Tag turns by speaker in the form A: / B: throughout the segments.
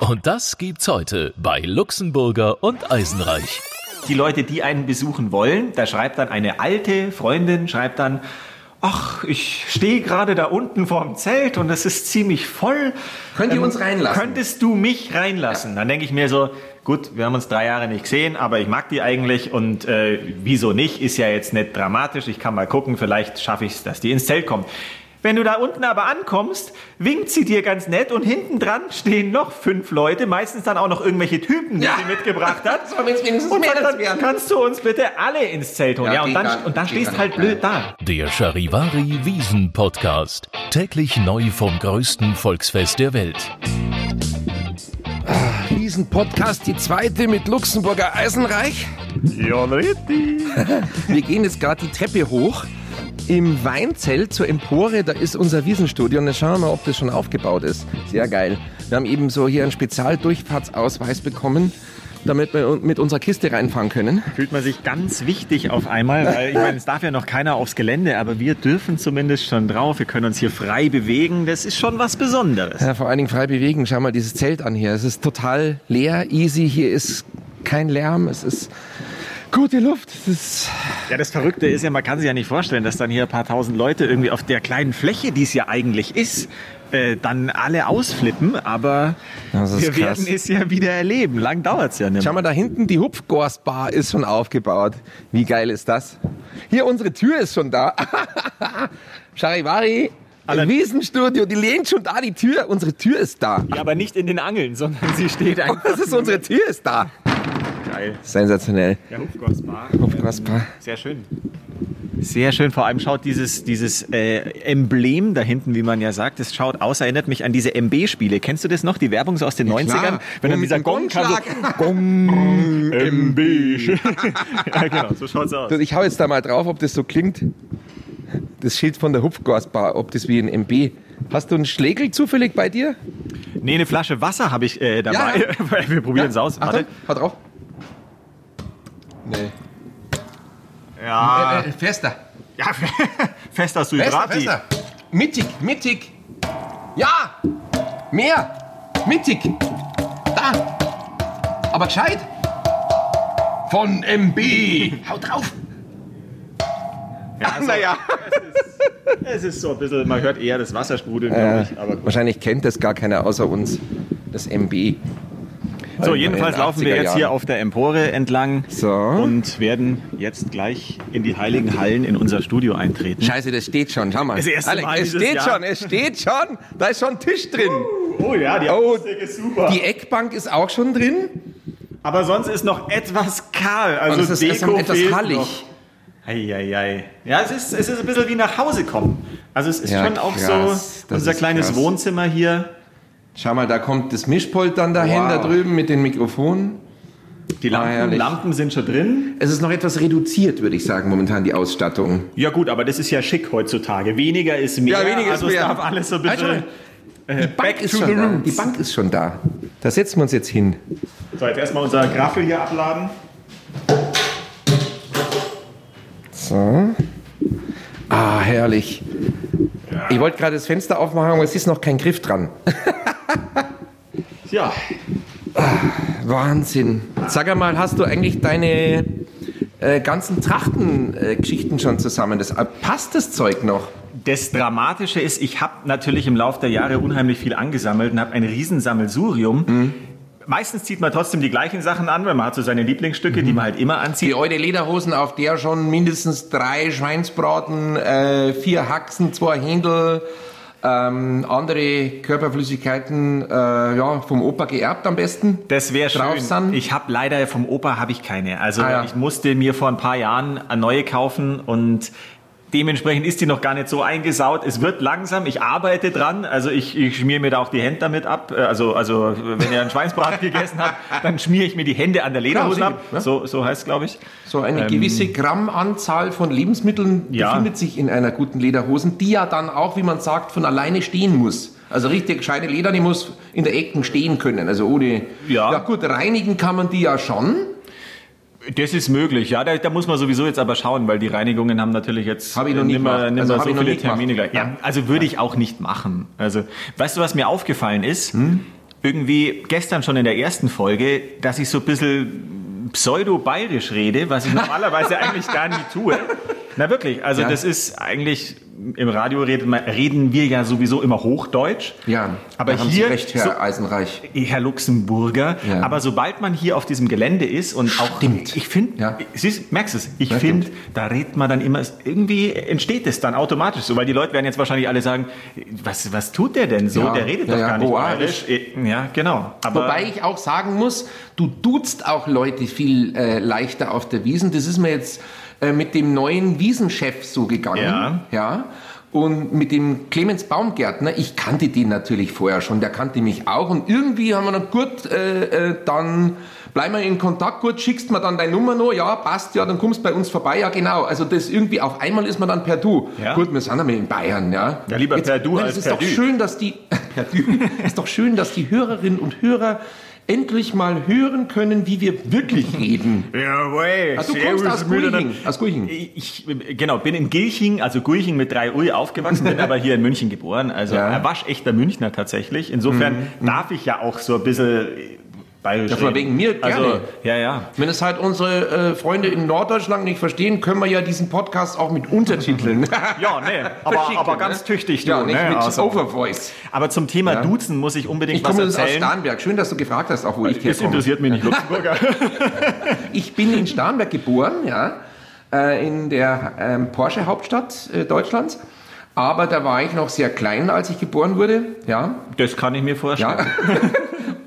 A: Und das gibt's heute bei Luxemburger und Eisenreich.
B: Die Leute, die einen besuchen wollen, da schreibt dann eine alte Freundin, schreibt dann, ach, ich stehe gerade da unten vorm Zelt und es ist ziemlich voll. Ähm,
C: Könnt ihr uns reinlassen?
B: Könntest du mich reinlassen? Dann denke ich mir so, gut, wir haben uns drei Jahre nicht gesehen, aber ich mag die eigentlich und äh, wieso nicht, ist ja jetzt nicht dramatisch. Ich kann mal gucken, vielleicht schaffe ich es, dass die ins Zelt kommt. Wenn du da unten aber ankommst, winkt sie dir ganz nett und hinten dran stehen noch fünf Leute, meistens dann auch noch irgendwelche Typen, die
C: Ja.
B: sie mitgebracht hat.
C: Das war jetzt wenigstens
B: und
C: mehr
B: sagt
C: als
B: dann,
C: wir hatten.
B: kannst du uns bitte alle ins Zelt holen.
C: Ja,
B: Ja, und
C: geht
B: dann,
C: dann.
B: und dann
C: Geht
B: stehst
C: dann
B: halt
C: auch
B: blöd da.
A: Der Charivari Wiesen Podcast. Täglich neu vom größten Volksfest der Welt.
C: Diesen Podcast, die zweite mit Luxemburger Eisenreich.
B: Ja, richtig.
C: Wir gehen jetzt gerade die Treppe hoch im Weinzelt zur Empore. Da ist unser Wiesenstudio. Und dann schauen wir mal, ob das schon aufgebaut ist. Sehr geil. Wir haben eben so hier einen Spezialdurchfahrtsausweis bekommen, damit wir mit unserer Kiste reinfahren können.
B: Fühlt man sich ganz wichtig auf einmal, weil ich meine, es darf ja noch keiner aufs Gelände, aber wir dürfen zumindest schon drauf. Wir können uns hier frei bewegen. Das ist schon was Besonderes.
C: Ja, vor allen Dingen frei bewegen. Schau mal dieses Zelt an hier. Es ist total leer, easy. Hier ist kein Lärm. Es ist gute Luft. Es ist
B: Ja, das Verrückte ist ja, man kann sich ja nicht vorstellen, dass dann hier ein paar tausend Leute irgendwie auf der kleinen Fläche, die es ja eigentlich ist, äh, dann alle ausflippen, aber
C: Das ist
B: wir
C: krass.
B: werden es ja wieder erleben. Lang dauert's ja nicht
C: Schau
B: mehr.
C: mal, da hinten die Hupfgorstbar ist schon aufgebaut. Wie geil ist das? Hier, unsere Tür ist schon da. Charivari,
B: Alle-
C: Wiesenstudio, die lehnt schon da die Tür. Unsere Tür ist da.
B: Ja, aber nicht in den Angeln, sondern sie steht einfach
C: Das ist unsere Tür ist da.
B: geil.
C: Sensationell.
B: Ja, Hofgossbar.
C: Hupfgorstbar.
B: Ähm, Sehr schön. Sehr schön. Vor allem schaut dieses, dieses äh, Emblem da hinten, wie man ja sagt, das schaut aus, erinnert mich an diese MB-Spiele. Kennst du das noch, die Werbung so aus den 90ern? Wenn dann
C: Und
B: dieser
C: ein
B: Gong kam,
C: Gongschlag.
B: so, Gong, MB. ja, genau, so schaut's aus.
C: Du, Ich hau jetzt da mal drauf, ob das so klingt. Das Schild von der Hupfgorstbar, ob das wie ein MB. Hast du einen Schlägel zufällig bei dir?
B: Nee, eine Flasche Wasser habe ich äh, dabei. Wir probieren es aus.
C: Achtung,
B: Warte.
C: hau drauf. Nee.
B: Ja,
C: Äh, äh, fester.
B: ja fester Sudrati.
C: Fester, fester. Mittig, mittig. Ja, mehr. Mittig. Da. Aber gescheit. Von MB. Hau drauf.
B: Ja, also,
C: Naja.
B: Es ist so ein bisschen, man hört eher das Wasser sprudeln, glaube ich. Aber gut.
C: Wahrscheinlich kennt das gar keiner außer uns. Das MB.
B: So, jedenfalls laufen wir jetzt hier auf der Empore entlang
C: So.
B: und werden jetzt gleich in die Heiligen Hallen in unser Studio eintreten.
C: Scheiße, das steht schon. Schau mal.
B: Das erste
C: Alex,
B: Mal
C: es
B: dieses
C: steht
B: Jahr.
C: schon, es steht schon. Da ist schon ein Tisch drin.
B: Oh ja, die
C: Oh.
B: Akustik ist super.
C: Die Eckbank ist auch schon drin.
B: Aber sonst ist noch etwas kahl. Also
C: Und es Oh, ist
B: Deko
C: etwas
B: fehlt noch.
C: hallig.
B: Eieiei. Ja, es ist, es ist ein bisschen wie nach Hause kommen. Also es ist
C: Ja,
B: schon auch
C: krass.
B: so
C: Das
B: unser
C: ist
B: kleines
C: krass.
B: Wohnzimmer hier.
C: Schau mal, da kommt das Mischpult dann dahin,
B: Wow.
C: da drüben mit den Mikrofonen.
B: Die Lampen,
C: Ah, herrlich.
B: Lampen sind schon drin.
C: Es ist noch etwas reduziert, würde ich sagen, momentan die Ausstattung.
B: Ja gut, aber das ist ja schick heutzutage. Weniger ist mehr. also es darf alles so äh, ein
C: Halt
B: bisschen...
C: schon mal. die Bank ist schon da. Die Bank ist schon da. Da setzen wir uns jetzt hin.
B: So, jetzt erstmal unser Graffel hier abladen.
C: So. Ah, herrlich. Ich wollte gerade das Fenster aufmachen, aber es ist noch kein Griff dran.
B: Ja,
C: Wahnsinn. Sag einmal, hast du eigentlich deine äh, ganzen Trachtengeschichten äh, Geschichten schon zusammen? Das, äh, passt das Zeug noch?
B: Das Dramatische ist, ich habe natürlich im Laufe der Jahre unheimlich viel angesammelt und habe ein Riesensammelsurium.
C: Mhm.
B: Meistens zieht man trotzdem die gleichen Sachen an, weil man hat so seine Lieblingsstücke,
C: Mhm.
B: die man halt immer anzieht.
C: Die alte Lederhosen, auf der schon mindestens drei Schweinsbraten, äh, vier Haxen, zwei Händel, ähm, andere Körperflüssigkeiten äh, ja, vom Opa geerbt am besten.
B: Das wäre
C: Drauf
B: schön.
C: sind.
B: Ich habe leider vom Opa habe ich keine. Also
C: Ah, ja.
B: ich musste mir vor ein paar Jahren eine neue kaufen und dementsprechend ist die noch gar nicht so eingesaut. Es wird langsam. Ich arbeite dran. Also ich, ich schmier mir da auch die Hände damit ab. Äh, Also also wenn ihr einen Schweinsbraten gegessen habt, dann schmiere ich mir die Hände an der Lederhose
C: sicher,
B: ab.
C: ne?
B: So so heißt glaube ich.
C: So eine gewisse Grammanzahl von Lebensmitteln
B: Ähm, Ja.
C: befindet sich in einer guten Lederhosen, die ja dann auch, wie man sagt, von alleine stehen muss. Also richtig gescheite Leder, die muss in der Ecken stehen können. Also ohne.
B: Ja.
C: ja gut, reinigen kann man die ja schon.
B: Das ist möglich, ja. Da, da muss man sowieso jetzt aber schauen, weil die Reinigungen haben natürlich jetzt
C: Hab ich noch nie
B: nimmer,
C: gemacht.
B: nimmer
C: Also hab
B: so
C: ich noch
B: viele
C: nie gemacht. Hm?
B: Termine gleich. Ja, also würde ich auch nicht machen. Also, weißt du, was mir aufgefallen ist? irgendwie gestern schon in der ersten Folge, dass ich so ein bisschen pseudo-bayerisch rede, was ich normalerweise eigentlich gar nie tue. Na wirklich, also
C: Ja.
B: das ist eigentlich, im Radio reden, reden wir ja sowieso immer Hochdeutsch.
C: Ja,
B: aber
C: da haben
B: hier,
C: Sie recht, Herr
B: so,
C: Eisenreich.
B: Herr Luxemburger.
C: Ja.
B: Aber sobald man hier auf diesem Gelände ist und auch,
C: Stimmt.
B: ich finde,
C: Ja.
B: siehst, merkst es, ich
C: Ja,
B: finde, da redet man dann immer, irgendwie entsteht es dann automatisch so, weil die Leute werden jetzt wahrscheinlich alle sagen, was, was tut der denn so?
C: Ja.
B: Der redet
C: Ja,
B: doch
C: ja,
B: gar nicht
C: boarisch.
B: bayerisch. Ja, genau. Aber
C: Wobei ich auch sagen muss, du duzt auch Leute viel äh, leichter auf der Wiesen. Das ist mir jetzt äh, mit dem neuen Wiesenchef so gegangen.
B: Ja.
C: ja. Und mit dem Clemens Baumgärtner, ich kannte den natürlich vorher schon, der kannte mich auch. Und irgendwie haben wir dann, gut, äh, äh, dann bleiben wir in Kontakt, gut, schickst mir dann deine Nummer noch, ja, passt, ja, dann kommst bei uns vorbei, ja, genau. Also das irgendwie, auf einmal ist man dann per Du.
B: Ja.
C: Gut, wir sind einmal in Bayern, ja.
B: Ja, lieber per Du
C: nein,
B: als
C: es ist
B: per
C: doch
B: Dü.
C: schön, schön, dass die Herr Dü- ist doch schön, dass die Hörerinnen und Hörer endlich mal hören können, wie wir wirklich reden.
B: Ja, way.
C: Ah, du kommst aus Gulching. Aus Gulching.
B: Ich, ich, genau, bin in Gilching, also Gulching mit 3 Ui aufgewachsen, bin aber hier in München geboren. Also
C: Ja. Hm,
B: ein waschechter Münchner tatsächlich. Insofern darf ich ja auch so ein bisschen bayerisch
C: Ja, von
B: reden.
C: wegen mir gerne.
B: Also, ja, ja.
C: Wenn es halt unsere äh, Freunde in Norddeutschland nicht verstehen, können wir ja diesen Podcast auch mit Untertiteln.
B: Ja, nee, aber,
C: verschicken,
B: aber
C: ne?
B: ganz tüchtig, du.
C: ja, nicht
B: ne?
C: mit
B: also.
C: Overvoice.
B: Aber zum Thema Duzen muss ich unbedingt
C: Ich
B: was
C: komme aus
B: erzählen.
C: Starnberg. Schön, dass du gefragt hast, auch wo ich
B: das
C: herkomme.
B: interessiert mich nicht, Luxemburger.
C: Ich bin in Starnberg geboren, ja, äh, in der ähm, Porsche-Hauptstadt äh, Deutschlands. Aber da war ich noch sehr klein, als ich geboren wurde, ja.
B: Das kann ich mir vorstellen.
C: Ja.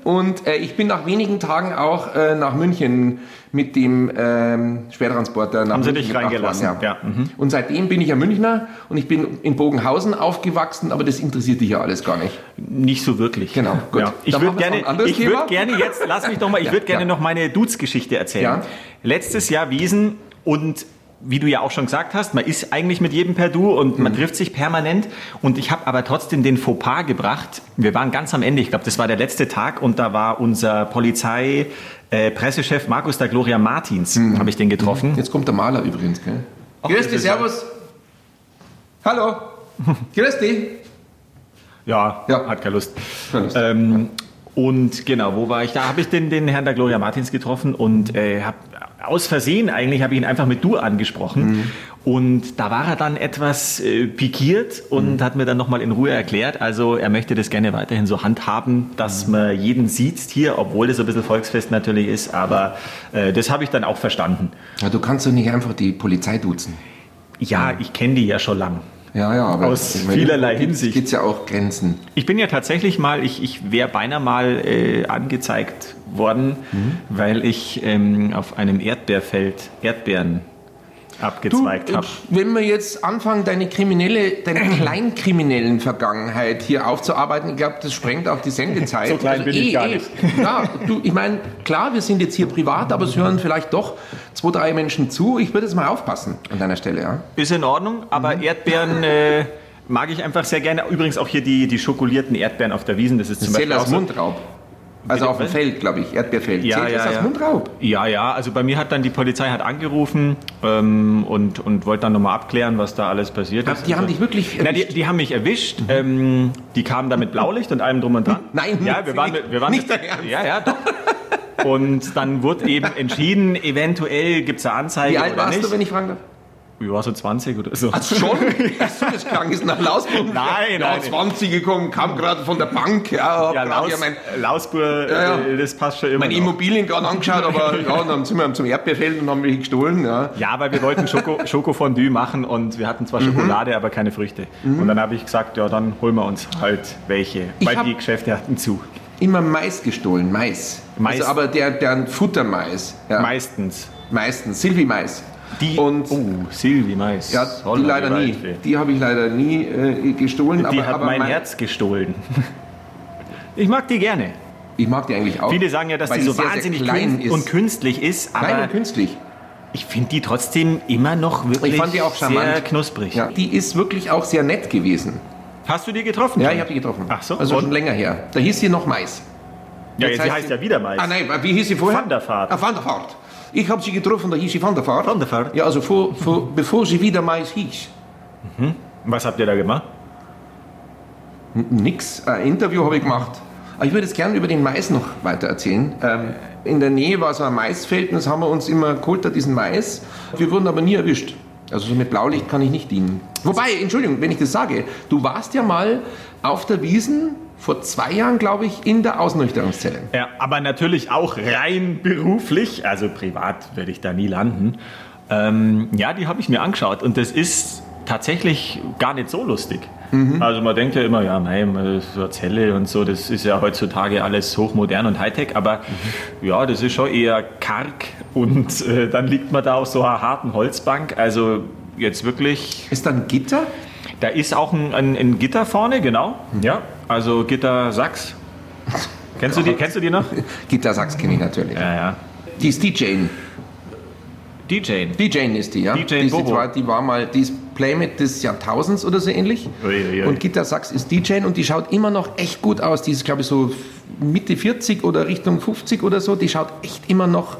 C: Und äh, ich bin nach wenigen Tagen auch äh, nach München mit dem ähm, Schwertransporter nach
B: Haben Sie
C: München
B: dich
C: gebracht
B: reingelassen?
C: worden, Ja.
B: Ja, mhm.
C: Und seitdem bin ich ja Münchner und ich bin in Bogenhausen aufgewachsen, aber das interessiert dich ja alles gar nicht.
B: Nicht so wirklich.
C: Genau, gut.
B: Ja. Ich
C: Dann
B: würde
C: machen wir
B: gerne,
C: ein anderes
B: ich würde
C: Thema.
B: gerne jetzt, lass mich doch mal, ich würde gerne
C: ja.
B: noch meine Dudes-Geschichte erzählen.
C: Ja.
B: Letztes Jahr Wiesen und wie du ja auch schon gesagt hast, man ist eigentlich mit jedem per Du und
C: Mhm.
B: man trifft sich permanent. Und ich habe aber trotzdem den Fauxpas gebracht. Wir waren ganz am Ende, ich glaube, das war der letzte Tag und da war unser Polizei. äh, Pressechef Markus da Gloria Martins,
C: Mhm.
B: habe ich den getroffen.
C: Jetzt kommt der Maler übrigens, gell?
B: Ach,
C: Grüß
B: das
C: dich,
B: ist ja-
C: Servus. Hallo. Grüß dich.
B: Ja,
C: Ja.
B: hat keine Lust.
C: Keine Lust.
B: Ähm, und genau, wo war ich? Da habe ich den, den Herrn da Gloria Martins getroffen und äh, habe aus Versehen eigentlich habe ich ihn einfach mit du angesprochen. Und da war er dann etwas äh, pikiert und hat mir dann nochmal in Ruhe erklärt, also er möchte das gerne weiterhin so handhaben, dass man jeden sieht hier, obwohl das ein bisschen Volksfest natürlich ist, aber äh, das habe ich dann auch verstanden.
C: Ja, du kannst doch nicht einfach die Polizei duzen.
B: Ja, ich kenne die ja schon lang.
C: Ja, ja, aber
B: Aus vielerlei Hinsicht.
C: Gibt es ja auch Grenzen.
B: Ich bin ja tatsächlich mal, ich, ich wäre beinahe mal äh, angezeigt worden, weil ich ähm, auf einem Erdbeerfeld Erdbeeren
C: Du,
B: abgezweigt
C: äh,
B: habe.
C: Wenn wir jetzt anfangen, deine kriminelle, deine kleinkriminellen Vergangenheit hier aufzuarbeiten, ich glaube, das sprengt auch die Sendezeit. Also
B: So klein bin ich gar nicht.
C: Ja, du, ich meine, klar, wir sind jetzt hier privat, aber es hören vielleicht doch zwei, drei Menschen zu. Ich würde jetzt mal aufpassen an deiner Stelle, ja.
B: Ist in Ordnung, aber Erdbeeren äh, mag ich einfach sehr gerne. Übrigens auch hier die, die schokolierten Erdbeeren auf der Wiesen, das ist zum
C: Zählt
B: Beispiel auch
C: aus
B: so.
C: Mundraub. Also auf dem Feld, glaube ich, Erdbeerfeld.
B: Ja,
C: Zählt
B: ja,
C: das
B: ja.
C: aus Mundraub?
B: Ja, ja, also bei mir hat dann die Polizei hat angerufen ähm, und, und wollte dann nochmal abklären, was da alles passiert ist. Also
C: die haben dich wirklich
B: Na, die,
C: erwischt?
B: die haben mich erwischt. Ähm, die kamen da mit Blaulicht und allem drum und dran.
C: Nein,
B: ja, wir waren,
C: nicht-
B: wir waren
C: nicht dein Ernst.
B: Ja, ja, doch. Und dann wurde eben entschieden, eventuell gibt es eine Anzeige
C: Wie alt
B: oder
C: warst
B: nicht.
C: du, wenn ich fragen darf?
B: ich war so 20 oder so.
C: Hast du schon? Hast du das klang ist nach Lausburg?
B: Nein,
C: ja,
B: nein.
C: 20 gekommen, kam gerade von der Bank. Ja, hab
B: ja,
C: grad
B: Laus,
C: hier mein,
B: Lausburg,
C: Ja, ja.
B: äh, das passt schon immer.
C: meine
B: noch.
C: Immobilien gerade angeschaut, aber ja, dann sind wir zum Erdbeerfeld und haben mich gestohlen. Ja.
B: Ja, weil wir wollten Schoko, Schokofondue machen und wir hatten
C: Mhm.
B: zwar Schokolade, aber keine Früchte. Und dann habe ich gesagt, ja, dann holen wir uns halt welche,
C: Ich
B: weil
C: hab-
B: die Geschäfte hatten zu.
C: Immer Mais gestohlen, Mais.
B: Mais.
C: Also, aber der, der Futtermais. Ja.
B: Meistens.
C: Meistens, Silvi-Mais.
B: Die,
C: Und-
B: oh, Silvi Mais.
C: Ja, die
B: Holla,
C: leider nie.
B: Waldfee.
C: Die habe ich leider nie äh, gestohlen.
B: Die
C: aber,
B: hat
C: aber
B: mein
C: Mai-
B: Herz gestohlen. Ich mag die gerne.
C: Ich mag die eigentlich auch.
B: Viele sagen ja, dass
C: Oh, weil
B: die so
C: sehr, sehr
B: wahnsinnig
C: klein
B: kün-
C: ist.
B: und künstlich ist, aber
C: klein und künstlich.
B: ich finde die trotzdem immer noch wirklich
C: Ich fand die auch charmant.
B: sehr knusprig.
C: Ja. Die ist wirklich auch sehr nett gewesen.
B: Hast du die getroffen?
C: Ja,
B: schon?
C: ich habe die getroffen.
B: Ach so,
C: Also
B: und-
C: schon länger her. Da hieß sie noch Mais.
B: Ja,
C: Jetzt
B: jetzt sie heißt ja wieder Mais.
C: Ah nein, wie hieß sie vorher?
B: Van der Vaart.
C: Ah, Van der Vaart. Ich habe sie getroffen, da hieß sie Van der Vaart.
B: Van der Vaart.
C: Ja, also vor, vor, bevor sie wieder Mais hieß.
B: Was habt ihr da gemacht?
C: N- Nix. Ein Interview habe ich gemacht. Aber ich würde jetzt gerne über den Mais noch weiter erzählen. Ähm, in der Nähe war so ein Maisfeld und das haben wir uns immer geholt, da diesen Mais. Wir wurden aber nie erwischt. Also so mit Blaulicht kann ich nicht dienen. Wobei, Entschuldigung, wenn ich das sage, du warst ja mal auf der Wiesen vor zwei Jahren, glaube ich, in der Ausnüchterungszelle.
B: Ja, aber natürlich auch rein beruflich, also privat werde ich da nie landen. Ähm, ja, die habe ich mir angeschaut und das ist tatsächlich gar nicht so lustig. Also man denkt ja immer, ja, nein, so eine Zelle und so, das ist ja heutzutage alles hochmodern und Hightech, aber ja, das ist schon eher karg und äh, dann liegt man da auf so einer harten Holzbank. Also jetzt wirklich
C: Ist da ein Gitter?
B: da ist auch ein, ein, ein Gitter vorne, genau. Ja, also Gitter Sachs. Kennst du die, kennst du die noch?
C: Gittersachs kenne ich natürlich.
B: Ja, ja.
C: Die ist die Jane.
B: DJ.
C: Die Jane ist die, ja?
B: Die Jane
C: die, ist die,
B: Bobo.
C: zwar- die war mal, die ist Playmate des Jahrtausends oder so ähnlich.
B: Ui, ui, ui.
C: Und Gitta Sachs ist die Jane und die schaut immer noch echt gut aus. Die ist, glaube ich, so Mitte 40 oder Richtung 50 oder so. Die schaut echt immer noch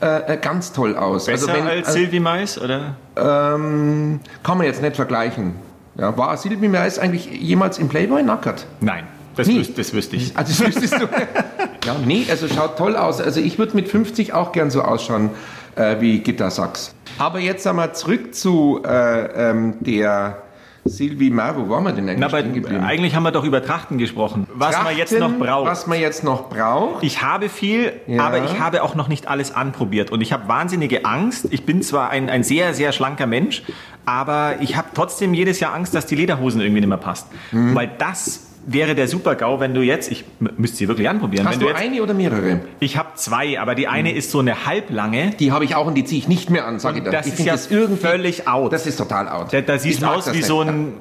C: äh, äh, ganz toll aus.
B: Besser
C: also wenn,
B: als
C: also,
B: Silvi Mais, oder?
C: ähm, kann man jetzt nicht vergleichen. Ja, war Silvi Meis eigentlich jemals im Playboy nackert?
B: Nein, das,
C: Nie.
B: wüs Ah, das wüsste ich.
C: Also das wüsstest du. ja, nee, also schaut toll aus. Also ich würde mit 50 auch gern so ausschauen äh, wie Gitta Sachs. Aber jetzt einmal zurück zu äh, ähm, der Sylvie Mar, wo waren wir denn eigentlich
B: Na, aber
C: stehen geblieben?
B: eigentlich haben wir doch über Trachten gesprochen. Was man jetzt noch
C: Trachten,
B: braucht.
C: Was man jetzt noch braucht.
B: Ich habe viel,
C: Ja.
B: aber ich habe auch noch nicht alles anprobiert. Und ich habe wahnsinnige Angst. Ich bin zwar ein, ein sehr, sehr schlanker Mensch, aber ich habe trotzdem jedes Jahr Angst, dass die Lederhosen irgendwie nicht mehr passt.
C: Mhm.
B: Weil das wäre der Super-GAU, wenn du jetzt, ich m- müsste sie wirklich anprobieren.
C: Hast
B: wenn
C: du,
B: du jetzt,
C: eine oder mehrere?
B: ich habe zwei, aber die eine ist so eine halblange.
C: Die habe ich auch und die ziehe ich nicht mehr an, sage ich dir.
B: Das
C: ich
B: ist
C: finde
B: ja
C: das irgendwie...
B: völlig out.
C: Das ist total out.
B: da, da siehst
C: Ich
B: du
C: mag
B: aus
C: das
B: wie
C: nicht.
B: so ein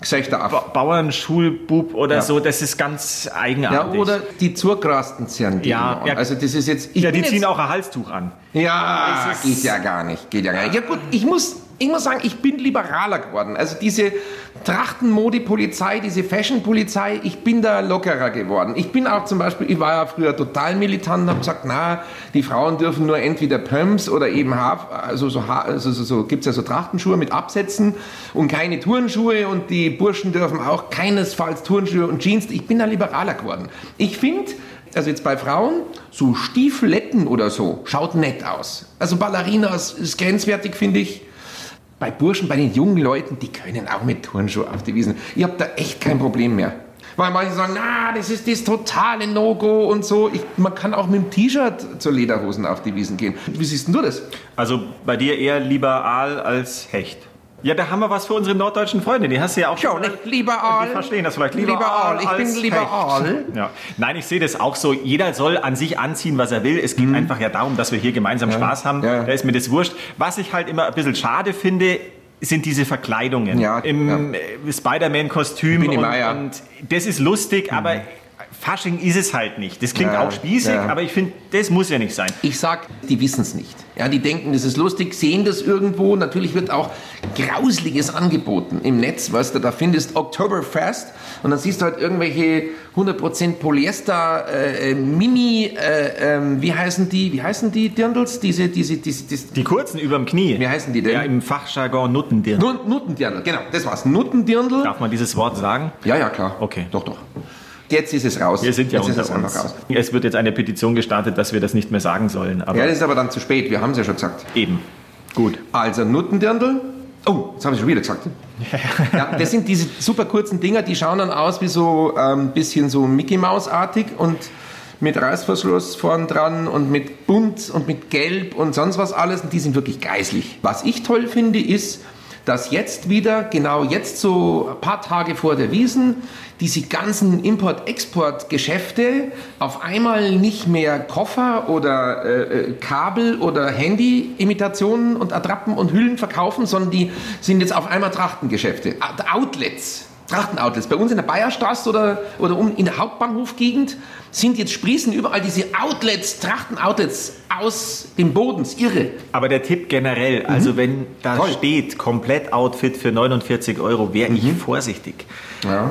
C: Gesächter
B: Ba-
C: auf.
B: Bauernschulbub oder
C: Ja.
B: so. Das ist ganz
C: Ja,
B: eigenartig.
C: oder die zurgrasten zerren die
B: Ja,
C: immer an.
B: ja.
C: Also das ist jetzt... ich
B: ja, die
C: bin jetzt-
B: ziehen auch ein Halstuch an.
C: Ja,
B: Es ist-
C: geht ja gar nicht, geht ja gar nicht. Ja gut, ich muss, ich muss sagen, ich bin liberaler geworden. Also diese Trachtenmode-Polizei, diese Fashion-Polizei, ich bin da lockerer geworden. Ich bin auch zum Beispiel, ich war ja früher total militant und habe gesagt, na, die Frauen dürfen nur entweder Pumps oder eben Haar, also so, Haar- also so, so gibt's ja so Trachtenschuhe mit Absätzen und keine Turnschuhe und die Burschen dürfen auch keinesfalls Turnschuhe und Jeans. Ich bin da liberaler geworden. Ich finde, also jetzt bei Frauen, so Stiefeletten oder so, schaut nett aus. Also Ballerinas ist grenzwertig, finde ich. Bei Burschen, bei den jungen Leuten, die können auch mit Turnschuhen auf die Wiesen. Ich habe da echt kein Problem mehr. Weil manche sagen, na, das ist das totale No-Go und so. Ich, man kann auch mit dem T-Shirt zur Lederhosen auf die Wiesen gehen. Wie siehst denn du das?
B: Also bei dir eher lieber Aal als Hecht. Ja, da haben wir was für unsere norddeutschen Freunde. Die hast du ja auch
C: Ja,
B: mal-
C: nicht lieber
B: Die
C: Aal.
B: verstehen das vielleicht lieber,
C: Aal.
B: Aal
C: Ich
B: als
C: bin lieber
B: Hecht.
C: Aal.
B: Ja. Nein, ich sehe das auch so. Jeder soll an sich anziehen, was er will. Es geht einfach ja darum, dass wir hier gemeinsam Spaß haben.
C: Mhm. Ja.
B: Da ist mir das wurscht. Was ich halt immer ein bisschen schade finde, sind diese Verkleidungen.
C: Ja,
B: Im äh, Spider-Man-Kostüm.
C: Minnie
B: Und,
C: Meier.
B: und das ist lustig, aber Fasching ist es halt nicht. Das klingt
C: Mhm. Ja,
B: auch spießig,
C: ja.
B: aber ich finde, das muss ja nicht sein.
C: Ich sag, die wissen es nicht. Ja, die denken, das ist lustig, sehen das irgendwo. Natürlich wird auch Grausliches angeboten im Netz, was du da findest. Oktoberfest. Und dann siehst du halt irgendwelche 100% Polyester, äh, äh, Mini, äh, ähm, wie heißen die, wie heißen die Dirndls? Diese, diese, diese, diese
B: Die kurzen überm Knie.
C: wie heißen die denn?
B: Ja, im Fachjargon Nuttendirn.
C: Nun- Nuttendirndl, genau, das war's. Nuttendirndl.
B: Darf man dieses Wort sagen?
C: Ja, ja, klar.
B: Okay.
C: Doch, doch. Jetzt ist es raus.
B: Wir sind ja
C: Jetzt ist es
B: unter
C: einfach
B: uns.
C: raus.
B: Es wird jetzt eine Petition gestartet, dass wir das nicht mehr sagen sollen. Aber
C: Ja, das ist aber dann zu spät. Wir haben es ja schon gesagt.
B: eben. Gut.
C: Also Nuttendirndl. Oh, das habe ich schon wieder gesagt. Ja, das sind diese super kurzen Dinger, die schauen dann aus wie so ein ähm, bisschen so Mickey Maus artig und mit Reißverschluss vorn dran und mit bunt und mit gelb und sonst was alles und die sind wirklich geistlich. Was ich toll finde ist, dass jetzt wieder, genau jetzt so ein paar Tage vor der Wiesen, diese ganzen Import-Export-Geschäfte auf einmal nicht mehr Koffer oder äh, äh, Kabel oder Handy-Imitationen und Attrappen und Hüllen verkaufen, sondern die sind jetzt auf einmal Trachtengeschäfte, Out- Outlets. Trachtenoutlets. Bei uns in der Bayerstraße oder, oder um in der Hauptbahnhofgegend sind jetzt sprießen überall diese Outlets, Trachtenoutlets aus dem Boden. Das ist irre.
B: Aber der Tipp generell, also wenn da
C: Mhm. Toll.
B: steht, komplett Outfit für 49 Euro, wäre ich
C: Mhm.
B: vorsichtig.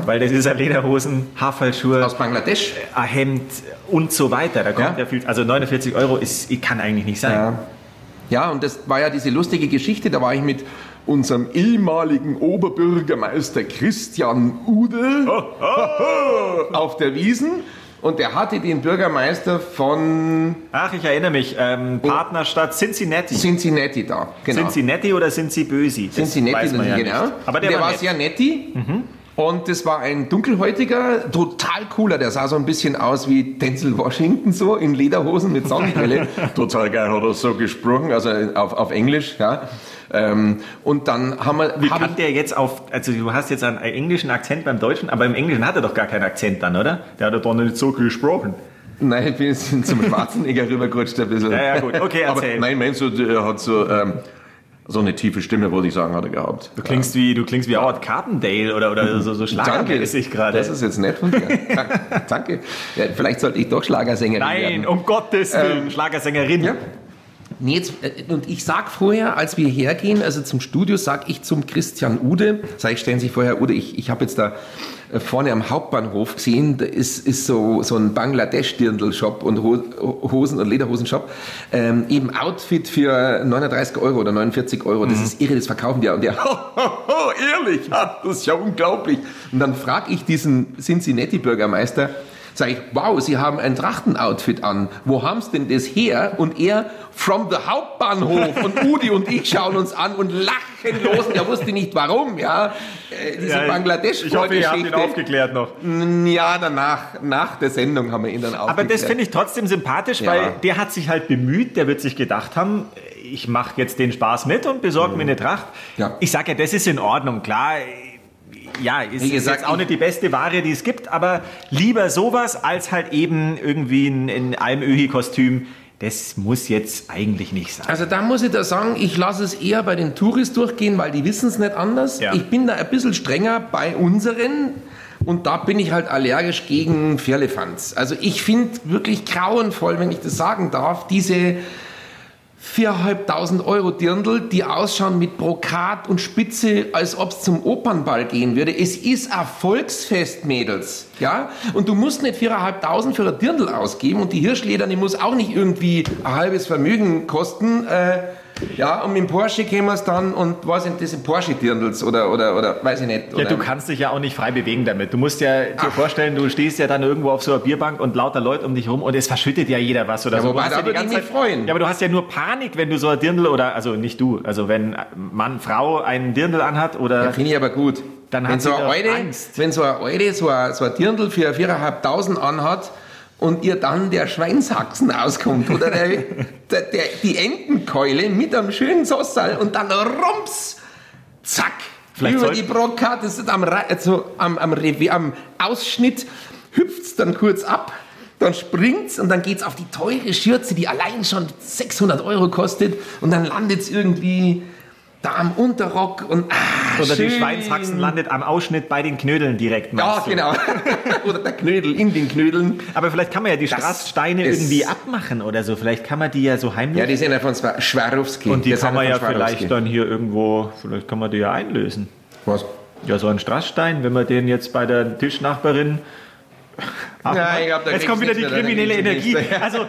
B: Weil das ist ja Lederhosen, Haarfallschuhe,
C: Aus Bangladesch.
B: ein Hemd und so weiter. Da kommt
C: Ja.
B: ja, viel. Also 49 Euro ist, kann eigentlich nicht sein.
C: Ja. ja, und das war ja diese lustige Geschichte, da war ich mit unserem ehemaligen
B: Oh,
C: Oberbürgermeister Christian Ude auf der Wiesen Und der hatte den Bürgermeister von
B: Ach, ich erinnere mich. Ähm,
C: Oh.
B: Partnerstadt Cincinnati.
C: Cincinnati da. Genau.
B: Cincinnati oder sind sie böse? Das
C: Cincinnati,
B: weiß man ja
C: genau.
B: Nicht. Aber der, war nett. Mhm.
C: sehr netti. Und das war ein dunkelhäutiger, total cooler. Der sah so ein bisschen aus wie Denzel Washington so in Lederhosen mit Sonnenbrille. total geil, hat er so gesprungen, also auf, auf Englisch. Ja. Ähm, und dann haben wir...
B: Wie
C: hab
B: kann der jetzt auf, also du hast jetzt einen englischen Akzent beim Deutschen, aber im Englischen hat er doch gar keinen Akzent dann, oder? Der hat doch nicht so gesprochen.
C: Nein, ich bin jetzt zum Schwarzenegger rübergerutscht ein bisschen.
B: Ja, ja, gut. Okay,
D: Aber
B: erzähl.
D: nein, meinst du, der hat so, ähm, so eine tiefe Stimme, wollte ich sagen, hat er gehabt.
B: Du klingst wie, du klingst wie Howard Carpendale oder, oder so, so schlagermäßig gerade.
C: Das ist jetzt nett von dir. Dank- Danke. Ja, vielleicht sollte ich doch Schlagersängerin werden.
B: Nein, um Gottes Willen, Schlagersängerin.
C: Ähm, Ja. Nee, Jetzt, äh, und ich sag vorher, als wir hergehen, also zum Studio, sag ich zum Christian Ude, sag ich, stellen Sie sich vorher, Ude, ich, ich habe jetzt da äh, vorne am Hauptbahnhof gesehen, da ist, ist so, so ein Bangladesch-Dirndl-Shop und Ho Hosen- und Lederhosen-Shop, ähm, eben Outfit für 39 Euro oder 49 Euro, das ist irre, das verkaufen die ja. Und der, ehrlich, ja, das ist ja unglaublich. Und dann frag ich diesen Cincinnati-Bürgermeister, Sag ich, wow, Sie haben ein Trachtenoutfit an. Wo haben Sie denn das her? Und er, from the Hauptbahnhof. Und Udi und ich schauen uns an und lachen los. Und er wusste nicht warum, ja. Äh, Diese
B: Ja,
C: bangladesch
B: Ich hoffe, ihr habt ihn aufgeklärt noch.
C: Ja, danach, nach der Sendung haben wir ihn dann aufgeklärt.
B: Aber das finde ich trotzdem sympathisch,
C: Ja.
B: weil der hat sich halt bemüht, der wird sich gedacht haben, ich mache jetzt den Spaß mit und besorge mir eine Tracht.
C: Mhm. Ja.
B: Ich sage ja, das ist in Ordnung, klar. Ja, ist,
C: Wie
B: ist
C: gesagt,
B: jetzt auch
C: ich-
B: nicht die beste Ware, die es gibt, aber lieber sowas als halt eben irgendwie ein, ein Almöhi-Kostüm. Das muss jetzt eigentlich nicht sein.
C: Also da muss ich da sagen, ich lasse es eher bei den Touris durchgehen, weil die wissen es nicht anders.
B: Ja.
C: Ich bin da ein bisschen strenger bei unseren und da bin ich halt allergisch gegen Firlefanz. Also ich finde wirklich grauenvoll, wenn ich das sagen darf, diese 4.500 Euro Dirndl, die ausschauen mit Brokat und Spitze, als ob's zum Opernball gehen würde. Es ist ein Volksfest, Mädels. Ja? Und du musst nicht 4.500 für ein Dirndl ausgeben und die Hirschlederne muss auch nicht irgendwie ein halbes Vermögen kosten. Äh, ja, und mit dem Porsche kämen wir's dann und was sind das sind Porsche-Dirndls oder, oder, oder weiß ich nicht.
B: Ja,
C: oder?
B: du kannst dich ja auch nicht frei bewegen damit. Du musst ja dir vorstellen, du stehst ja dann irgendwo auf so einer Bierbank und lauter Leute um dich rum und es verschüttet ja jeder was oder
C: Ja,
B: so.
C: wobei,
B: Du hast
C: da
B: die
C: würde ich
B: ganze
C: mich
B: Zeit-
C: freuen.
B: Ja, aber du hast ja nur Panik, wenn du so ein Dirndl oder, also nicht du, also wenn Mann, Frau einen Dirndl anhat
C: Ja,
B: oder...
C: Finde ich aber gut.
B: Äh, Dann
C: wenn
B: hat
C: so
B: sie
C: eine
B: doch
C: Eure,
B: Angst.
C: Wenn so eine Eure so ein, so ein Dirndl für 4.500 anhat und ihr dann der Schweinshaxen auskommt oder der, der, der, die Entenkeule mit einem schönen Sossal und dann rums, zack,
B: Vielleicht
C: über
B: soll-
C: die Brokkart, das ist am, Ra- also am, am, Revi- am Ausschnitt, hüpft's dann kurz ab. Dann springt's und dann geht's auf die teure Schürze, die allein schon 600 Euro kostet. Und dann landet's irgendwie da am Unterrock und ah,
B: oder
C: schön.
B: die Schweinshaxen landet am Ausschnitt bei den Knödeln direkt.
C: Ja,
B: meinst du?
C: genau. oder der Knödel in den Knödeln.
B: Aber vielleicht kann man ja die
C: Das
B: Strasssteine
C: ist-
B: irgendwie abmachen oder so. Vielleicht kann man die ja so heimlich...
C: Ja, die sind ja von Swa- Swarovski.
B: und die
C: Das
B: kann
C: sind
B: man ja
C: von Swarovski.
B: vielleicht dann hier irgendwo, vielleicht kann man die ja einlösen.
C: Was?
B: Ja, so ein Strassstein, wenn man den jetzt bei der Tischnachbarin.
C: Ja, ich glaub, da
B: jetzt
C: kriegst
B: kommt wieder
C: nichts
B: die
C: mehr, da
B: kriminelle
C: kriegst du
B: Energie.
C: nichts.
B: Also,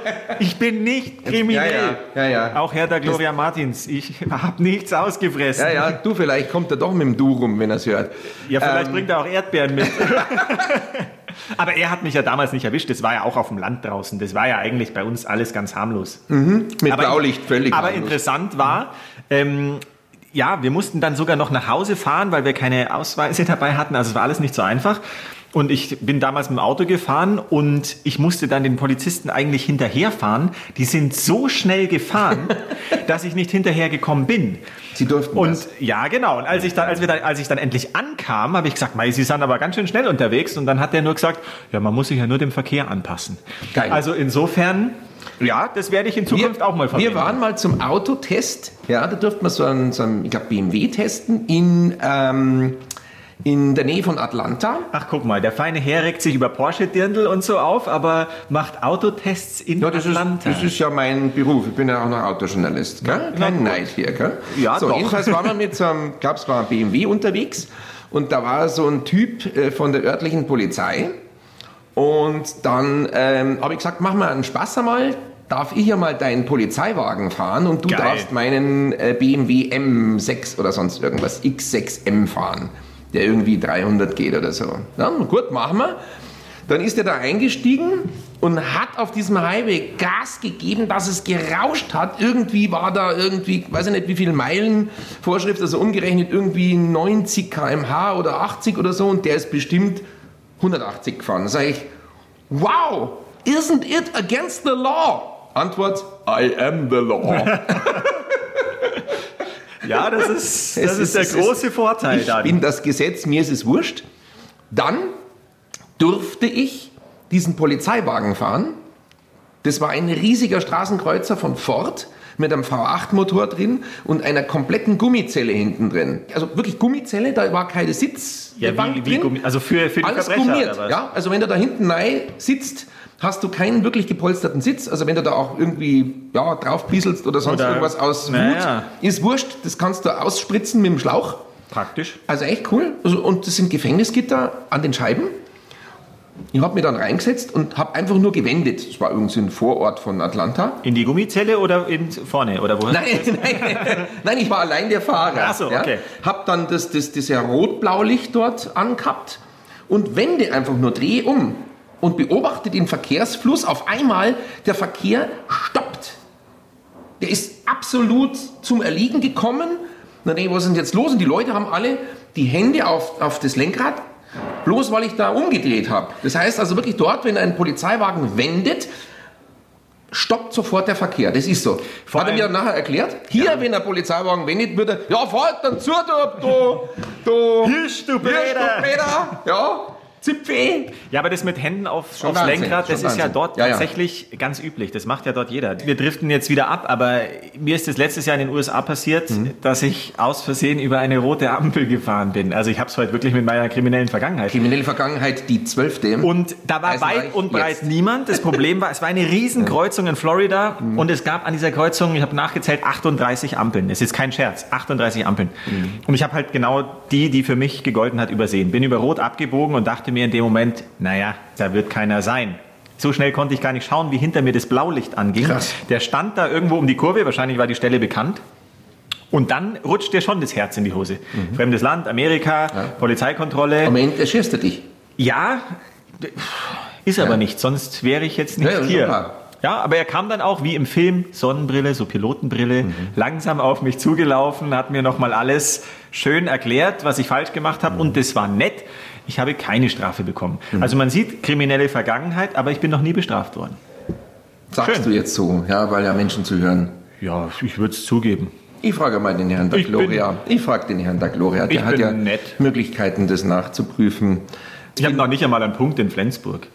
B: ich bin nicht kriminell.
C: Ja, ja, ja, ja.
B: Auch Herr der Gloria Martins, ich habe nichts ausgefressen.
C: Ja,
B: Ja,
C: ja, du, vielleicht kommt er doch mit dem Du rum, wenn er's hört.
B: vielleicht
C: Ähm,
B: bringt er auch Erdbeeren mit. Aber er hat mich ja damals nicht erwischt. Das war ja auch auf dem Land draußen. Das war ja eigentlich bei uns alles ganz harmlos.
C: Mit Blaulicht völlig.
B: Aber
C: harmlos.
B: interessant war, ähm, ja, wir mussten dann sogar noch nach Hause fahren, weil wir keine Ausweise dabei hatten. Also es war alles nicht so einfach. Und ich bin damals mit dem Auto gefahren und ich musste dann den Polizisten eigentlich hinterherfahren. Die sind so schnell gefahren, dass ich nicht hinterhergekommen bin.
C: Sie durften
B: Und
C: das.
B: ja, genau. Und als ich dann, als wir dann, als ich dann endlich ankam, habe ich gesagt, Mei, Sie sind aber ganz schön schnell unterwegs. Und dann hat der nur gesagt, ja, man muss sich ja nur dem Verkehr anpassen.
C: Geil.
B: Also insofern, ja, das werde ich in Zukunft
C: wir,
B: auch mal
C: Wir
B: verwenden.
C: waren mal zum Autotest. Ja, da durfte man so einen, so einen ich glaube, BMW testen in, ähm, in der Nähe von Atlanta.
B: Ach, guck mal, der feine Herr regt sich über Porsche-Dirndl und so auf, aber macht Autotests in
C: Ja, das ist,
B: Atlanta.
C: das ist ja mein Beruf. Ich bin ja auch noch Autojournalist. Gell?
B: na
C: Kein
B: gut.
C: Neid hier. Gell?
B: Ja,
C: so,
B: doch.
C: Jedenfalls waren wir mit so einem, gab's mal einen BMW unterwegs und da war so ein Typ äh, von der örtlichen Polizei und dann ähm, habe ich gesagt, mach mal einen Spaß einmal. Darf ich ja mal deinen Polizeiwagen fahren und du
B: Geil.
C: darfst meinen äh, BMW M6 oder sonst irgendwas, X6M fahren, der irgendwie 300 geht oder so. Ja, gut, machen wir. Dann ist er da eingestiegen und hat auf diesem Highway Gas gegeben, dass es gerauscht hat. Irgendwie war da irgendwie, weiß ich nicht, wie viele Meilen Vorschrift, also umgerechnet irgendwie 90 km/h oder 80 oder so und der ist bestimmt 180 gefahren. Da sage ich, wow, isn't it against the law? Antwort, I am the law.
B: Ja, das ist, das
C: Es
B: ist, der
C: es
B: große Vorteil
C: Ich
B: dann.
C: bin das Gesetz, mir ist es wurscht. Dann durfte ich diesen Polizeiwagen fahren. Das war ein riesiger Straßenkreuzer von Ford mit einem V8-Motor drin und einer kompletten Gummizelle hinten drin. Also wirklich Gummizelle, da war keine Sitz.
B: ja, wie, wie Gummi, also für, für die
C: Alles
B: Verbrecher.
C: gummiert,
B: oder was?
C: ja. Also wenn du da hinten rein sitzt, hast du keinen wirklich gepolsterten Sitz. Also wenn du da auch irgendwie ja, draufpieselst oder sonst
B: Oder-
C: irgendwas aus Wut,
B: Na ja.
C: ist wurscht. Das kannst du ausspritzen mit dem Schlauch.
B: Praktisch.
C: Also echt cool. Also, und das sind Gefängnisgitter an den Scheiben. Ich habe mir dann reingesetzt und habe einfach nur gewendet. Es war irgendwie ein Vorort von Atlanta.
B: In die Gummizelle oder in, vorne? Oder woher?
C: Nein, nein, nein, ich war allein der Fahrer.
B: Ach so, okay.
C: Hab dann das, das, das ja Rot-Blau-Licht dort angehabt und wende einfach nur, drehe um und beobachte den Verkehrsfluss. Auf einmal, der Verkehr stoppt. Der ist absolut zum Erliegen gekommen. Na nee, was ist denn jetzt los? Und die Leute haben alle die Hände auf, auf das Lenkrad, bloß weil ich da umgedreht habe. Das heißt also wirklich dort, wenn ein Polizeiwagen wendet, stoppt sofort der Verkehr. Das ist so.
B: Vor
C: Hat er mir
B: allem-
C: nachher erklärt? Hier, wenn der Polizeiwagen wendet, würde er, ja, fahrt dann zu, du, du, du,
B: Hirsch, du
C: Hirsch,
B: Breder.
C: du Breder, ja, Zipfel.
B: Ja, aber das mit Händen auf, aufs
C: Schon Wahnsinn,
B: Lenkrad,
C: schon
B: das ist ja
C: Wahnsinn.
B: dort
C: Ja, ja.
B: tatsächlich ganz üblich. Das macht ja dort jeder. Wir driften jetzt wieder ab, aber mir ist das letztes Jahr in den USA passiert,
C: Mhm.
B: dass ich aus Versehen über eine rote Ampel gefahren bin. Also ich habe es heute wirklich mit meiner kriminellen Vergangenheit.
C: Kriminelle Vergangenheit, die zwölfte.
B: Und da war
C: Eisenreich
B: weit und breit
C: jetzt.
B: niemand. Das Problem war, es war eine riesen Kreuzung in Florida
C: Mhm.
B: und es gab an dieser Kreuzung, ich habe nachgezählt, 38 Ampeln. Es ist kein Scherz, 38 Ampeln.
C: Mhm.
B: Und ich habe halt genau die, die für mich gegolten hat, übersehen. Bin über Rot abgebogen und dachte mir in dem Moment, naja, da wird keiner sein. So schnell konnte ich gar nicht schauen, wie hinter mir das Blaulicht anging.
C: Krass.
B: Der stand da irgendwo um die Kurve, wahrscheinlich war die Stelle bekannt. Und dann rutscht dir schon das Herz in die Hose.
C: Mhm.
B: Fremdes Land, Amerika, Polizeikontrolle.
C: Moment, erschießt er dich.
B: Ja, d- ist aber nicht, sonst wäre ich jetzt nicht
C: Ja, ja, schon
B: hier.
C: klar.
B: Ja, aber er kam dann auch wie im Film, Sonnenbrille, so Pilotenbrille, langsam auf mich zugelaufen, hat mir nochmal alles schön erklärt, was ich falsch gemacht habe und das war nett. Ich habe keine Strafe bekommen. Also man sieht kriminelle Vergangenheit, aber ich bin noch nie bestraft worden.
C: Sagst
B: Schön.
C: du jetzt so, ja, weil ja Menschen zuhören.
B: Ja, ich würde es zugeben.
C: Ich frage mal den Herrn da
B: Ich bin-
C: Gloria. Ich frage den Herrn da Gloria. Der
B: Ich
C: hat
B: bin
C: ja
B: nett.
C: Möglichkeiten, das nachzuprüfen.
B: Ich habe noch nicht einmal einen Punkt in Flensburg.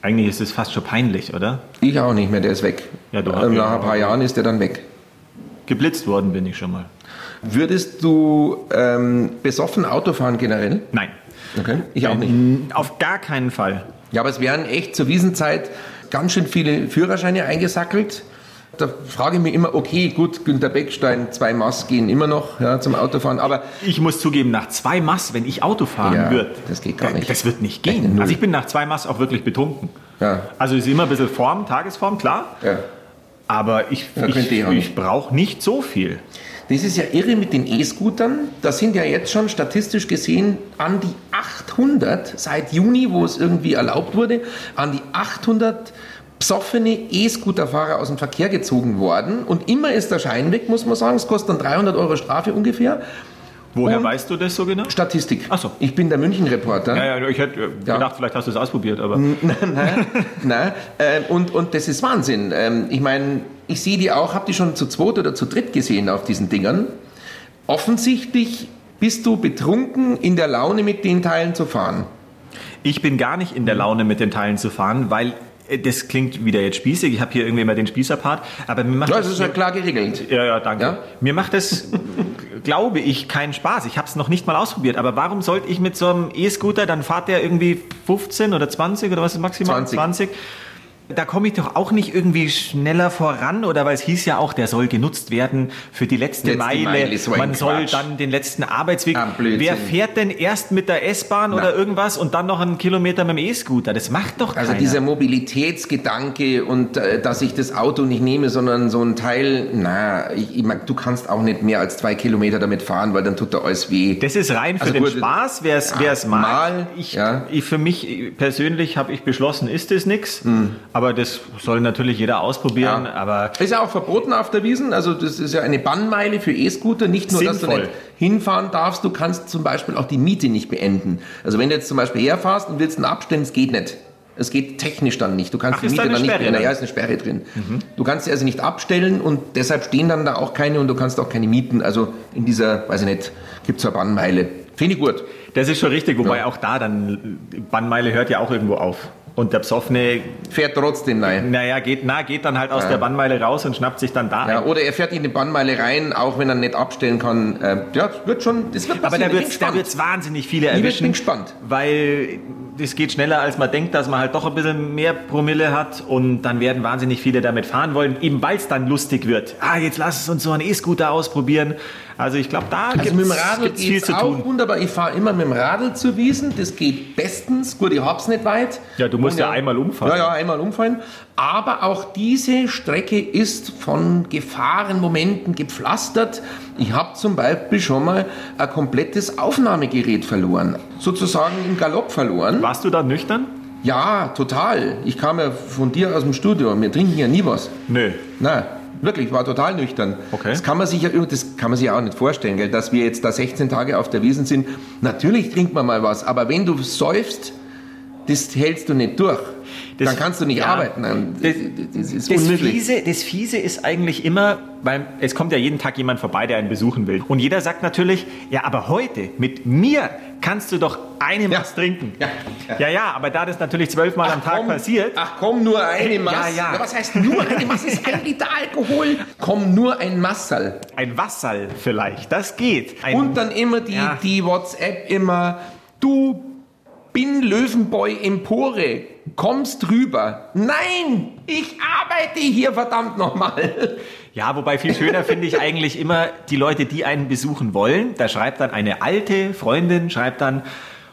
B: Eigentlich ist es fast schon peinlich, oder?
C: Ich auch nicht mehr, der ist weg.
B: Ja, du hast-
C: ähm, nach
B: ja.
C: ein paar Jahren ist der dann weg.
B: Geblitzt worden bin ich schon mal.
C: Würdest du ähm, besoffen Auto fahren generell?
B: Nein,
C: Okay. Ich auch nicht.
B: auf gar keinen Fall.
C: Ja, aber es wären echt zur Wiesenzeit ganz schön viele Führerscheine eingesackelt. Da frage ich mich immer, okay, gut, Günter Beckstein, zwei Maß gehen immer noch ja, zum Autofahren, aber
B: Ich muss zugeben, nach zwei Mass, wenn ich Auto fahren
C: Ja,
B: würde,
C: das geht gar nicht.
B: Das wird nicht
C: Rechne
B: gehen.
C: null.
B: Also ich bin nach zwei Mass auch wirklich betrunken.
C: ja,
B: Also ist immer ein bisschen Form, Tagesform, klar.
C: ja.
B: Aber ich,
C: Ja,
B: ich,
C: könnte ich auch
B: ich
C: nicht.
B: brauche nicht so viel.
C: Das ist ja irre mit den E-Scootern. Das sind ja jetzt schon statistisch gesehen an die 800 seit Juni, wo es irgendwie erlaubt wurde, an die 800 psoffene E-Scooterfahrer aus dem Verkehr gezogen worden. Und immer ist der Schein weg, muss man sagen. Es kostet dann 300 Euro Strafe ungefähr.
B: Woher
C: Und-
B: weißt du das so genau?
C: Statistik.
B: Ach so.
C: Ich bin der München-Reporter.
B: Ja, ja, ich hätte äh,
C: Ja. Hm.
B: gedacht, vielleicht hast du es ausprobiert, aber
C: Na, äh, und, und das ist Wahnsinn. Ähm, ich meine, ich sehe die auch, habe die schon zu zweit oder zu dritt gesehen auf diesen Dingern. Offensichtlich bist du betrunken in der Laune, mit den Teilen zu fahren.
B: ich bin gar nicht in der Laune, mit den Teilen zu fahren, weil äh, das klingt wieder jetzt spießig. Ich habe hier irgendwie immer den Spießerpart, aber mir macht
C: Ja, das ist ja klar geregelt.
B: Ja, ja, danke.
C: Ja?
B: Mir macht das, glaube ich, keinen Spaß. Ich habe es noch nicht mal ausprobiert. Aber warum sollte ich mit so einem E-Scooter, dann fahrt der irgendwie 15 oder 20 oder was ist maximal?
C: 20.
B: Da komme ich doch auch nicht irgendwie schneller voran, oder weil es hieß ja auch, der soll genutzt werden für die letzte,
D: Letzte
B: Meile.
D: Meile ist so ein
B: Man soll
D: Quatsch.
B: dann den letzten Arbeitsweg.
D: Ah, Blödsinn.
B: Wer fährt denn erst mit der S-Bahn oder irgendwas und dann noch einen Kilometer mit dem E-Scooter? Das macht doch
C: Also
B: keiner.
C: dieser Mobilitätsgedanke und äh, dass ich das Auto nicht nehme, sondern so ein Teil, na, ich, ich mag, du kannst auch nicht mehr als zwei Kilometer damit fahren, weil dann tut da alles weh.
B: Das ist rein für
C: Also
B: den
C: gut,
B: Spaß, wer es wer's mag.
C: mal,
B: ich,
C: ja.
B: ich, für mich persönlich habe ich beschlossen, ist es nix. Aber das soll natürlich jeder ausprobieren.
C: Hm. Ja.
B: Aber
C: Ist ja auch verboten auf der Wiesen, also das ist ja eine Bannmeile für E-Scooter, nicht nur, dass du
B: Sinnvoll.
C: nicht hinfahren darfst, du kannst zum Beispiel auch die Miete nicht beenden. Also wenn du jetzt zum Beispiel herfährst und willst einen abstellen, es geht nicht. Es geht technisch dann nicht. Du kannst
B: Ach,
C: die
B: ist da
C: Miete dann
B: eine
C: nicht
B: Sperre
C: beenden.
B: dann? Mhm.
C: Ja, ist eine Sperre drin. Du kannst sie also nicht abstellen und deshalb stehen dann da auch keine und du kannst auch keine mieten. Also in dieser, weiß ich nicht, gibt es eine Bannmeile. Finde ich gut.
B: das ist schon richtig, wobei
C: Ja.
B: auch da dann äh, Bannmeile hört ja auch irgendwo auf. Und der Psoffne,
C: Fährt trotzdem rein.
B: naja, geht, na, geht dann halt aus der Bannmeile raus und schnappt sich dann da
C: Ja,
B: ein.
C: oder er fährt in die Bannmeile rein, auch wenn er nicht abstellen kann. Ähm, ja, das wird schon, das wird
B: Aber
C: passieren.
B: da
C: Ich bin
B: wird es
C: gespannt.
B: wahnsinnig viele
C: bin
B: erwischen.
C: gespannt.
B: Weil es geht schneller, als man denkt, dass man halt doch ein bisschen mehr Promille hat und dann werden wahnsinnig viele damit fahren wollen, eben weil es dann lustig wird. Ah, jetzt lass es uns so einen E-Scooter ausprobieren. Also ich glaube, da
C: Also mit dem Radl
B: gibt es viel
C: geht's
B: zu
C: auch
B: tun.
C: wunderbar. Ich fahre immer mit dem Radl zur Wiesen. Das geht bestens. Gut, ich hab's nicht weit.
B: Ja, du musst
C: Und äh,
B: ja einmal umfahren.
C: Ja, ja, einmal umfahren. Aber auch diese Strecke ist von Gefahrenmomenten gepflastert. Ich habe zum Beispiel schon mal ein komplettes Aufnahmegerät verloren. Sozusagen im Galopp verloren.
B: Warst du da nüchtern?
C: Ja, total. Ich kam ja von dir aus dem Studio. Wir trinken ja nie was.
B: Nö.
C: Nein, wirklich, war total nüchtern.
B: Okay.
C: Das kann man sich ja, das kann man sich ja auch nicht vorstellen, gell, dass wir jetzt da 16 Tage auf der Wiesen sind. Natürlich trinkt man mal was, aber wenn du säufst, das hältst du nicht durch.
B: Das-
C: dann kannst du nicht
B: ja.
C: arbeiten. Dann,
B: Das-
C: das ist
B: Das
C: unmöglich.
B: Fiese, das Fiese ist eigentlich immer, weil es kommt ja jeden Tag jemand vorbei, der einen besuchen will. Und jeder sagt natürlich, ja, aber heute mit mir kannst du doch eine
C: Ja.
B: Maß trinken.
C: Ja.
B: ja, ja, aber da das natürlich zwölfmal am Tag
C: komm,
B: passiert,
C: Ach komm, nur eine Masse.
B: ja.
C: Na, Was heißt nur eine Masse? ist ein Liter Alkohol. Komm, nur ein Massal.
B: Ein Wasserl vielleicht, das geht. Ein
C: Und dann immer die,
B: Ja.
C: die WhatsApp immer, du bin Löwenboy Empore, kommst rüber. Nein, ich arbeite hier verdammt nochmal.
B: ja, wobei viel schöner finde ich eigentlich immer die Leute, die einen besuchen wollen. Da schreibt dann eine alte Freundin, schreibt dann,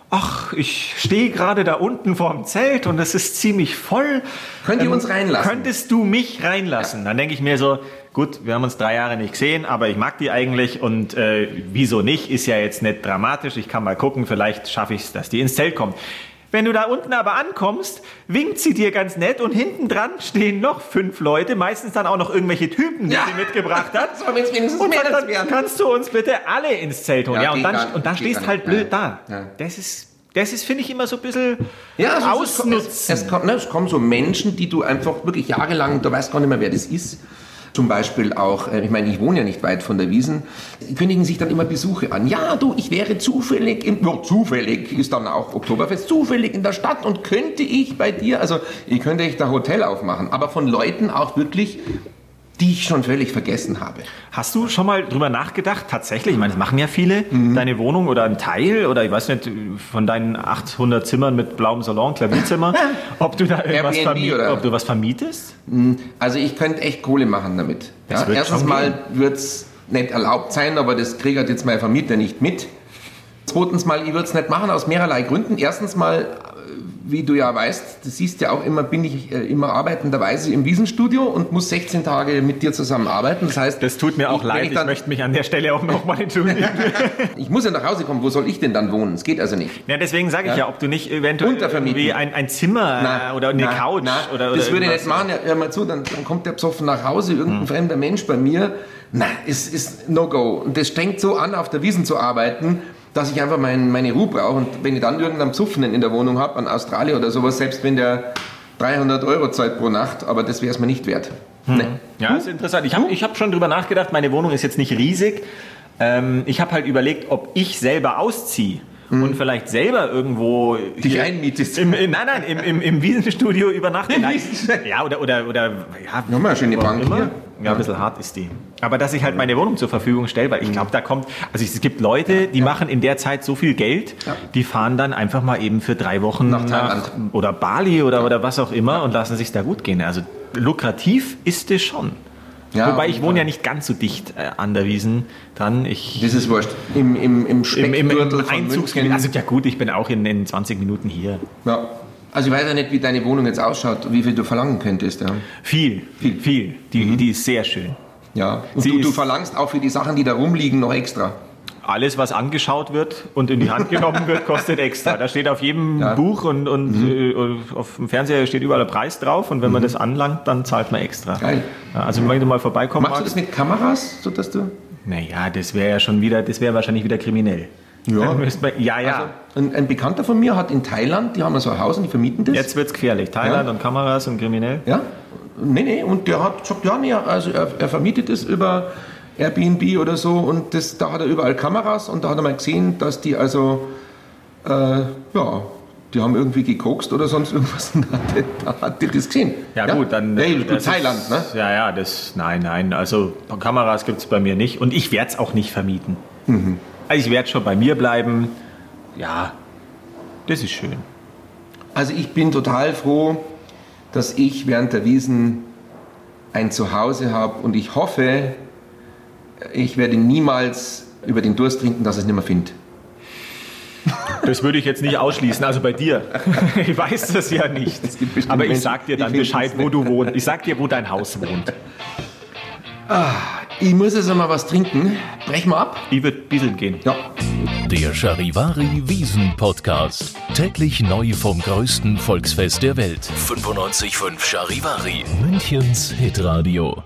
B: ach, ich stehe gerade da unten vorm Zelt und es ist ziemlich voll. Ähm,
C: Könnt ihr uns reinlassen?
B: Könntest du mich reinlassen? Dann denke ich mir so, gut, wir haben uns drei Jahre nicht gesehen, aber ich mag die eigentlich und äh, wieso nicht, ist ja jetzt nicht dramatisch. Ich kann mal gucken, vielleicht schaffe ich es, dass die ins Zelt kommt. Wenn du da unten aber ankommst, winkt sie dir ganz nett und hinten dran stehen noch fünf Leute, meistens dann auch noch irgendwelche Typen, die
C: Ja.
B: sie mitgebracht hat.
C: So, wenn's wenigstens
B: und
C: mehr
B: sagt
C: das
B: dann
C: wären.
B: kannst du uns bitte alle ins Zelt holen.
C: Ja,
B: Ja, und,
C: geht
B: dann,
C: gar-
B: und dann
C: geht
B: stehst
C: gar
B: halt
C: nicht.
B: blöd da.
C: Ja.
B: Das ist, das ist finde ich, immer so ein bisschen
C: also es ist-
B: ausnutzen.
C: Es, es, kommt, ne, es kommen so Menschen, die du einfach wirklich jahrelang, du weißt gar nicht mehr, wer das ist. Zum Beispiel auch, äh, ich meine, ich wohne ja nicht weit von der Wiesen, die kündigen sich dann immer Besuche an. Ja, du, ich wäre zufällig, im, ja, zufällig ist dann auch Oktoberfest, zufällig in der Stadt und könnte ich bei dir, also ich könnte echt ein Hotel aufmachen, aber von Leuten auch wirklich, die ich schon völlig vergessen habe.
B: Hast du schon mal drüber nachgedacht? Tatsächlich, ich meine, das machen ja viele,
C: Mhm.
B: deine Wohnung oder ein Teil oder ich weiß nicht, von deinen 800 Zimmern mit blauem Salon, Klavierzimmer, ob du da irgendwas
C: Airbnb
B: vermietest,
C: oder?
B: ob du was vermietest?
C: Also ich könnte echt Kohle machen damit. Ja,
B: wird
C: erstens
B: schon
C: mal wird es nicht erlaubt sein, aber das kriegert jetzt mein Vermieter nicht mit. Zweitens mal, ich würde es nicht machen aus mehrerlei Gründen. Erstens mal, äh, wie du ja weißt, du siehst ja auch immer, bin ich äh, immer arbeitenderweise im Wiesenstudio und muss 16 Tage mit dir zusammen arbeiten. Das heißt,
B: Das tut mir auch
C: ich, wenn
B: leid,
C: Ich,
B: ich,
C: dann, ich,
B: möchte mich an der Stelle auch nochmal entschuldigen.
C: muss ja nach Hause kommen. Wo soll ich denn dann wohnen? Es geht also nicht.
B: ja, deswegen sage ich ja.
C: Ja.
B: ob du nicht eventuell
C: Untervermieten.
B: irgendwie ein, ein Zimmer
C: Na,
B: äh, oder eine
C: na,
B: Couch
C: na,
B: oder, oder
C: Das würde ich
B: irgendwas. Hm.
C: nicht machen. Ja, hör mal zu, dann, dann kommt der Psoffen nach Hause, irgendein fremder Mensch bei mir. Nein, es ist No-Go. Und das strengt so an, auf der Wiesen zu arbeiten, dass ich einfach mein, meine Ruhe brauche. Und wenn ich dann irgendeinen Psoffenen in der Wohnung habe, an Australier oder sowas, selbst wenn der 300 Euro zahlt pro Nacht, aber das wäre es mir nicht wert.
B: Hm.
C: Nee.
B: Ja, ist interessant. Ich habe ich hab schon drüber nachgedacht, meine Wohnung ist jetzt nicht riesig. Ähm, ich habe halt überlegt, ob ich selber ausziehe. und vielleicht selber irgendwo
C: Mhm. Dich einmietest.
B: Im, im, nein, nein, im, im, im Wiesenstudio übernachten. Nein.
C: Wiesenstudio.
B: Ja, oder, oder, oder ja,
C: Nochmal schön die
B: wo auch
C: Bank
B: immer.
C: hier.
B: Ja, ein bisschen hart ist die. Aber dass ich halt meine Wohnung zur Verfügung stelle,
C: Mhm.
B: weil ich glaube, da kommt, also es gibt Leute, die machen in der Zeit so viel Geld, die fahren dann einfach mal eben für drei Wochen
C: Nach Thailand.
B: oder Bali oder, oder was auch immer und lassen sich da gut gehen. Also lukrativ ist es schon.
C: Ja,
B: Wobei ich
C: auf jeden
B: wohne
C: Fall.
B: ja nicht ganz so dicht äh, an der Wiesen dran. Ich
C: Das ist wurscht. Im,
B: im,
C: im, im
B: im,
C: Speckgürtel
B: im
C: von
B: Einzugsgebiet.
C: München.
B: Also ja gut, ich bin auch in, in 20 Minuten hier.
C: ja. also ich weiß ja nicht, wie deine Wohnung jetzt ausschaut, wie viel du verlangen könntest. Ja.
B: Viel, viel, viel. Die,
C: Mhm.
B: die ist sehr schön.
C: Ja. Und
B: Sie
C: du, du
B: ist-
C: verlangst auch für die Sachen, die da rumliegen, noch extra.
B: Alles, was angeschaut wird und in die Hand genommen wird, kostet extra. Da steht auf jedem
C: Ja. Mhm.
B: Buch und, und äh, auf dem Fernseher steht überall ein Preis drauf und wenn man das anlangt, dann zahlt man extra.
C: Geil.
B: Ja, Also wenn du mal vorbeikommen
C: Machst du das mit Kameras, sodass du.
B: Naja, das wäre ja schon wieder, das wäre wahrscheinlich wieder kriminell.
C: Ja.
B: Dann müsste man, ja, ja.
C: Also, ein, ein Bekannter von mir hat in Thailand, die haben so ein Haus und die vermieten das.
B: Jetzt wird's gefährlich. Thailand
C: Ja.
B: und Kameras und kriminell.
C: Ja? Nee, nee, und der hat gesagt, ja, nee, also er, er vermietet es über Airbnb oder so und das, da hat er überall Kameras und da hat er mal gesehen, dass die also, äh, ja, die haben irgendwie gekokst oder sonst irgendwas und da hat er, da hat er das gesehen.
B: Ja, gut, dann. äh,
C: Nee, gut,
B: das
C: Thailand,
B: ist,
C: ne?
B: Ja, ja, das. Nein, nein. Also Kameras gibt es bei mir nicht. Und ich werde es auch nicht vermieten.
C: Mhm.
B: Also ich werde schon bei mir bleiben. Ja, das ist schön.
C: Also ich bin total froh, dass ich während der Wiesen ein Zuhause habe und ich hoffe, ich werde niemals über den Durst trinken, dass ich es nicht mehr finde.
B: Das würde ich jetzt nicht ausschließen. Also bei dir. Ich weiß das ja nicht.
C: gibt bestimmt
B: Aber ich
C: Menschen,
B: sag dir
C: die
B: dann
C: finden's
B: Bescheid, wo du wohnst. Ich sag dir, wo dein Haus wohnt.
C: Ich muss jetzt einmal was trinken. Brech mal ab.
B: Ich würde bisschen gehen.
C: Ja.
A: Der Charivari Wiesen Podcast. Täglich neu vom größten Volksfest der Welt. 95.5 Charivari. Münchens Hitradio.